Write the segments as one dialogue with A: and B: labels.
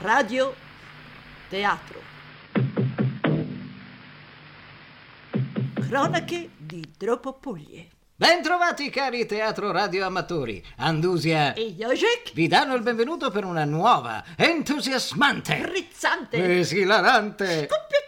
A: Radio Teatro. Cronache di Dropopuglie.
B: Bentrovati cari teatro radio amatori. Andusia
A: E Jojek
B: vi danno il benvenuto per una nuova, entusiasmante,
A: Rizzante.
B: esilarante,
A: Scoppiettante.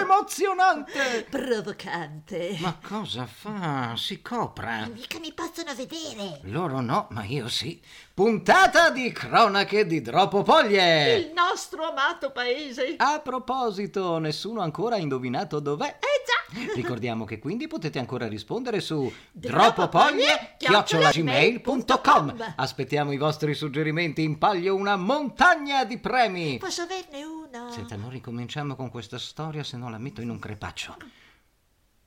B: emozionante.
A: Provocante.
B: Ma cosa fa? Si copra?
C: Mica mi possono vedere!
B: Loro no, ma io sì. Puntata di cronache di Dropopoglie.
A: Il nostro amato paese.
B: A proposito, nessuno ancora ha indovinato dov'è?
A: Eh già.
B: Ricordiamo che quindi potete ancora rispondere su
A: Dropopoglie,
B: dropopoglie@gmail.com. Aspettiamo i vostri suggerimenti, in palio una montagna di premi.
C: Posso averne uno?
B: Senta, non ricominciamo con questa storia se non la metto in un crepaccio.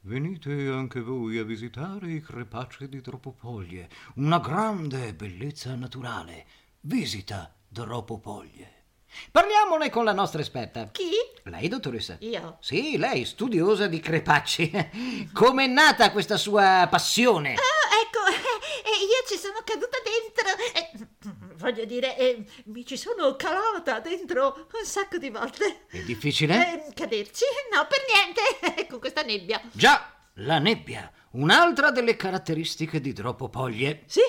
B: Venite anche voi a visitare i crepacci di Dropopoglie, una grande bellezza naturale. Visita Dropopoglie. Parliamone con la nostra esperta.
A: Chi?
B: Lei, dottoressa?
A: Io.
B: Sì, lei, studiosa di crepacci. Com'è nata questa sua passione?
A: Oh,
C: Ah, ecco, eh, eh, io ci sono caduta dentro!
A: Eh, voglio dire, eh, mi ci sono calata dentro un sacco di volte.
B: È difficile?
A: Eh, caderci? No, per niente. Con questa nebbia.
B: Già, la nebbia, un'altra delle caratteristiche di Dropopoglie.
A: Sì,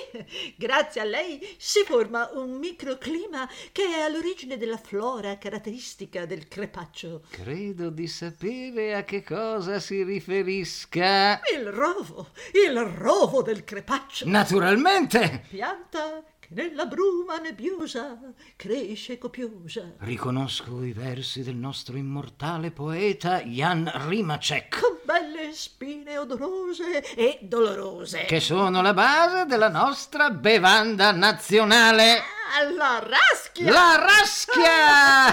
A: grazie a lei si forma un microclima che è all'origine della flora caratteristica del crepaccio.
B: Credo di sapere a che cosa si riferisca.
A: Il rovo, il rovo del crepaccio.
B: Naturalmente!
A: Pianta che nella bruma nebbiosa cresce copiosa.
B: Riconosco i versi del nostro immortale poeta Jan Rimacek,
A: Con belle spine odorose e dolorose.
B: che sono la base della nostra bevanda nazionale.
A: Alla raschia!
B: La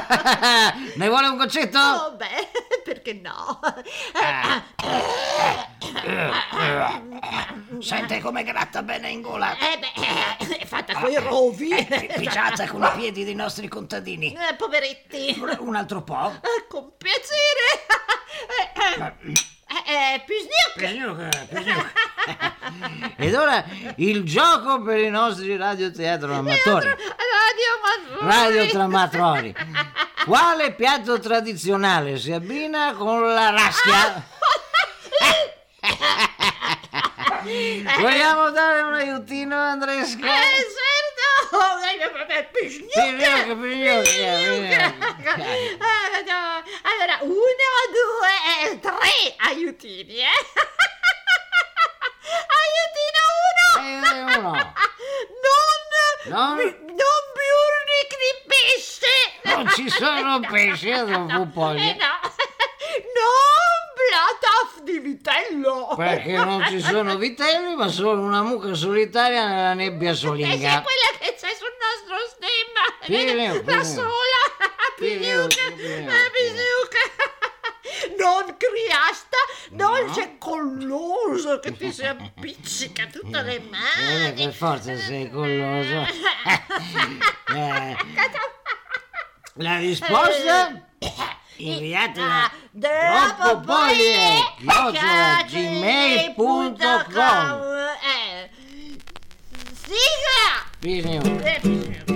B: raschia! ne vuole un goccetto?
A: Oh, beh, perché no? Eh,
B: Sente come gratta bene in gola.
A: Eh beh, è fatta coi rovi.
B: eh, Picciata con i piedi dei nostri contadini.
A: Eh, poveretti.
B: Un altro po'.
A: Eh, Con piacere. Eh, eh, eh, Pisniuk.
B: Ed ora il gioco per i nostri radioteatro amatori.
A: Radio Manfroni.
B: Radio Tramatroni. Quale piatto tradizionale si abbina con la raschia? Vogliamo dare un aiutino a
A: Eh,
B: Andresca?
A: certo. Oh, eh, vabbè, Pisniuk.
B: Pisniuk, Pisniuk,
A: Pisniuk.
B: Pisniuk.
A: Eh, no. Allora, uno, due, eh, tre aiutini, eh. Aiutino uno.
B: Eh, uno.
A: Non,
B: Non-
A: non biurrichi di pesce.
B: Non ci sono pesci a
A: Eh
B: Dropopoglie
A: no, non blataf di vitello.
B: perché non ci sono vitelli, ma solo una mucca solitaria nella nebbia
A: E
B: solinga.
A: c'è quella che c'è sul nostro stemma.
B: Pireo,
A: La
B: pireo.
A: sola.
B: Pireo,
A: Pisiuca.
B: pireo,
A: Pisiuca. Non criasta,
B: No.
A: dolce colloso che ti si appiccica tutte le
B: Eh,
A: mani.
B: per forza sei colloso. Eh, la risposta? Inviatela
A: Eh, Ah,
B: a
A: Dropopoglie,
B: chiocciola
A: chiocciola
B: gmail.com
A: Eh. Sigla!
B: Bisogna-
A: Eh, Pisiuca.